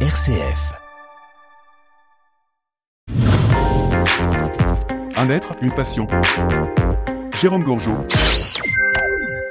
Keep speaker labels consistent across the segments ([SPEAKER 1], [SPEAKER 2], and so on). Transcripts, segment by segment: [SPEAKER 1] RCF.
[SPEAKER 2] Un être, une passion. Jérôme Gourgeot.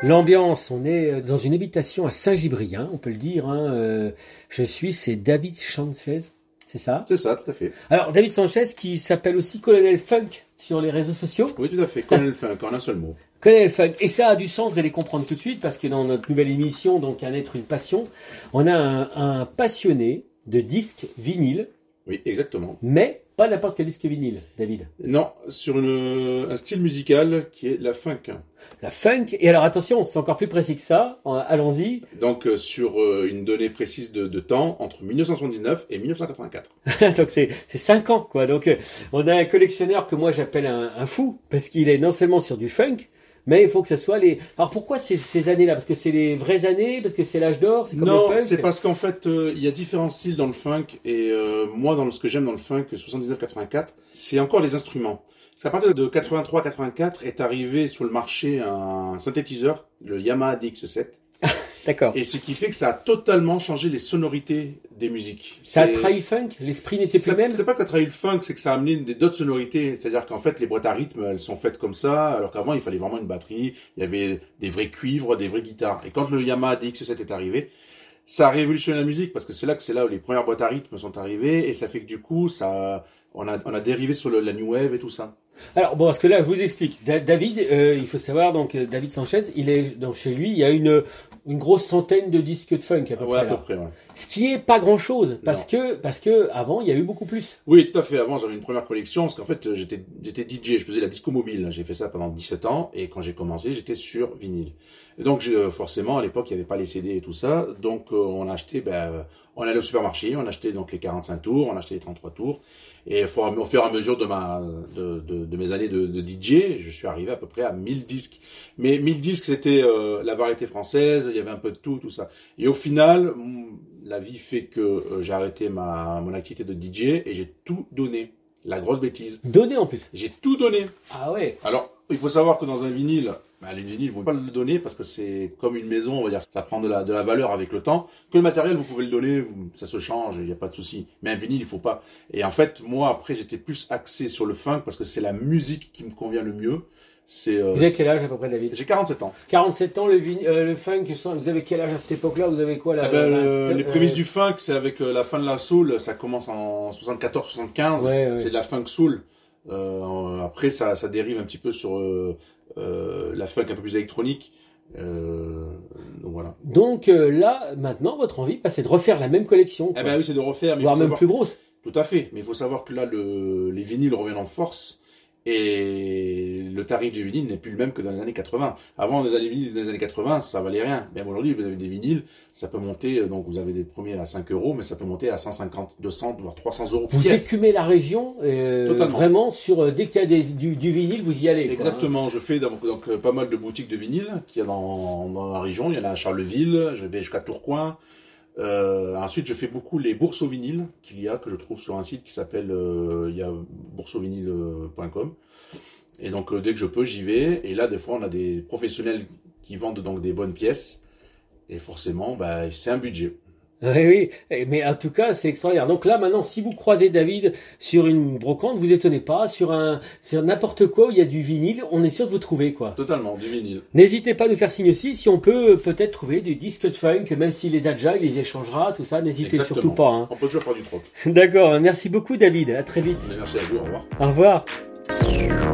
[SPEAKER 3] L'ambiance, on est euh, dans une habitation à Saint-Gibrien, on peut le dire. hein, euh, je suis, c'est David Sanchez, c'est ça
[SPEAKER 4] C'est ça, tout à fait.
[SPEAKER 3] Alors, David Sanchez qui s'appelle aussi Colonel Funk sur les réseaux sociaux.
[SPEAKER 4] Oui, tout à fait. Colonel Funk, en un seul mot.
[SPEAKER 3] Colonel Funk, et ça a du sens, vous allez comprendre tout de suite, parce que dans notre nouvelle émission, donc Un être, une passion, on a un, un passionné de disques vinyles,
[SPEAKER 4] Oui, exactement.
[SPEAKER 3] mais pas n'importe quel disque vinyle, David.
[SPEAKER 4] Non, sur une- un style musical qui est la funk.
[SPEAKER 3] La funk, et alors attention, c'est encore plus précis que ça, en- allons-y,
[SPEAKER 4] Donc, euh, sur euh, une donnée précise de, de temps entre 1979 et 1984.
[SPEAKER 3] Donc c'est c'est cinq ans quoi. Donc euh, on a un collectionneur que moi j'appelle un, un fou parce qu'il est non seulement sur du funk, mais il faut que ce soit les. Alors pourquoi ces, ces années-là Parce que c'est les vraies années, parce que c'est l'âge d'or, c'est comme
[SPEAKER 4] Non,
[SPEAKER 3] le punk.
[SPEAKER 4] c'est parce qu'en fait, euh, il y a différents styles dans le funk. Et euh, moi, dans le- ce que j'aime dans le funk, 79-84, c'est encore les instruments. Parce qu'à partir de 83-84 est arrivé sur le marché un synthétiseur, le Yamaha DX7.
[SPEAKER 3] D'accord.
[SPEAKER 4] Et ce qui fait que ça a totalement changé les sonorités des musiques.
[SPEAKER 3] Ça a
[SPEAKER 4] C'est-
[SPEAKER 3] trahi le funk. L'esprit n'était plus
[SPEAKER 4] C'est-
[SPEAKER 3] le même.
[SPEAKER 4] C'est pas que t'as trahi le funk, c'est que ça a amené des- d'autres sonorités. C'est-à-dire qu'en fait, les boîtes à rythme, elles sont faites comme ça, alors qu'avant, il fallait vraiment une batterie, il y avait des vrais cuivres, des vraies guitares. Et quand le Yamaha DX7 est arrivé, ça a révolutionné la musique, parce que c'est là que c'est là où les premières boîtes à rythme sont arrivées, et ça fait que du coup, ça, on a, on a dérivé sur le- la new wave et tout ça.
[SPEAKER 3] Alors bon, parce que là je vous explique. Da- David, euh, il faut savoir donc euh, David Sanchez, il est donc chez lui, il y a une une grosse centaine de disques de funk à peu
[SPEAKER 4] Ouais,
[SPEAKER 3] près.
[SPEAKER 4] à peu
[SPEAKER 3] là.
[SPEAKER 4] près, ouais.
[SPEAKER 3] Ce qui est pas grand chose parce
[SPEAKER 4] Ah, Non.
[SPEAKER 3] que parce que avant il y a eu beaucoup plus.
[SPEAKER 4] Oui, tout à fait. Avant, j'avais une première collection parce qu'en fait, euh, j'étais j'étais DJ, je faisais la disco mobile. hein. J'ai fait ça pendant 17 ans et quand j'ai commencé, j'étais sur vinyle. Et donc, j'ai, euh, forcément, à l'époque, il n'y avait pas les CD et tout ça. Donc, euh, on achetait, ben, euh, on allait au supermarché, on achetait donc les 45 tours, on achetait les 33 tours. Et au fur- au fur et à mesure de, ma, de, de, de mes années de, de DJ, je suis arrivé à peu près à 1000 disques. Mais 1000 disques, c'était euh, la variété française, il y avait un peu de tout, tout ça. Et au final, mon- la vie fait que euh, j'ai arrêté ma, mon activité de DJ et j'ai tout donné. La grosse bêtise.
[SPEAKER 3] Donné en plus.
[SPEAKER 4] J'ai tout donné.
[SPEAKER 3] Ah ouais.
[SPEAKER 4] Alors, il faut savoir que dans un vinyle, bah, les vinyles, vous ne pouvez pas le donner parce que c'est comme une maison, on va dire, ça prend de la, de la valeur avec le temps. Que le matériel, vous pouvez le donner, vous- ça se change, il n'y a pas de souci. Mais un vinyle, il faut pas. Et en fait, moi, après, j'étais plus axé sur le funk parce que c'est la musique qui me convient le mieux. C'est, euh,
[SPEAKER 3] Vous avez quel âge à peu près, David
[SPEAKER 4] j'ai 47 ans.
[SPEAKER 3] 47 ans, le, vin- euh, le funk, ça, vous avez quel âge à cette époque-là Vous avez quoi là
[SPEAKER 4] Ah ben,
[SPEAKER 3] la-
[SPEAKER 4] euh,
[SPEAKER 3] la-
[SPEAKER 4] les
[SPEAKER 3] euh,
[SPEAKER 4] prémices du funk, c'est avec euh, la fin de la soul, ça commence en 74-75,
[SPEAKER 3] Ouais, ouais.
[SPEAKER 4] c'est de la funk soul. Euh, après, ça, ça dérive un petit peu sur euh, euh, la funk un peu plus électronique. Euh, donc voilà.
[SPEAKER 3] Donc euh, là, maintenant, votre envie, bah, c'est de refaire la même collection,
[SPEAKER 4] Eh
[SPEAKER 3] quoi.
[SPEAKER 4] ben oui, c'est de refaire, mais il
[SPEAKER 3] voire
[SPEAKER 4] faut
[SPEAKER 3] même
[SPEAKER 4] savoir-
[SPEAKER 3] plus grosse.
[SPEAKER 4] tout à fait. Mais il faut savoir que là, le, les vinyles reviennent en force et le tarif du vinyle n'est plus le même que dans les années 80. Avant, les années vinyles dans les années 80, ça valait rien. Même aujourd'hui, vous avez des vinyles, ça peut monter, euh, donc vous avez des premiers à 5 euros, mais ça peut monter à 150, 200, voire 300 euros.
[SPEAKER 3] Vous
[SPEAKER 4] pièce.
[SPEAKER 3] écumez la région, euh,
[SPEAKER 4] Totalement.
[SPEAKER 3] vraiment, sur euh, dès qu'il y a des- du, du vinyle, vous y allez. quoi, hein.
[SPEAKER 4] Exactement, je fais donc, donc, euh, pas mal de boutiques de vinyle qu'il y a dans, dans la région. Il y en a à Charleville, je vais jusqu'à Tourcoing. Euh, ensuite, je fais beaucoup les bourses au vinyle qu'il y a, que je trouve sur un site qui s'appelle euh, il y a bourseauvinyle.com. Et donc, euh, dès que je peux, j'y vais. Et là, des fois, on a des professionnels qui vendent donc des bonnes pièces. Et forcément, bah, c'est un budget.
[SPEAKER 3] Oui, oui. Eh, Mais en tout cas, c'est extraordinaire. Donc là, maintenant, si vous croisez David sur une brocante, vous étonnez pas. Sur un, sur n'importe quoi où il y a du vinyle, on est sûr de vous trouver, quoi.
[SPEAKER 4] Totalement, du vinyle.
[SPEAKER 3] N'hésitez pas à nous faire signe aussi si on peut euh, peut-être trouver des disques de funk, même s'il les a déjà, il les échangera, tout ça. N'hésitez
[SPEAKER 4] Exactement.
[SPEAKER 3] surtout pas. hein.
[SPEAKER 4] On peut toujours faire du troc.
[SPEAKER 3] D'accord, merci beaucoup David, à très vite.
[SPEAKER 4] Merci à vous, au revoir.
[SPEAKER 3] Au revoir.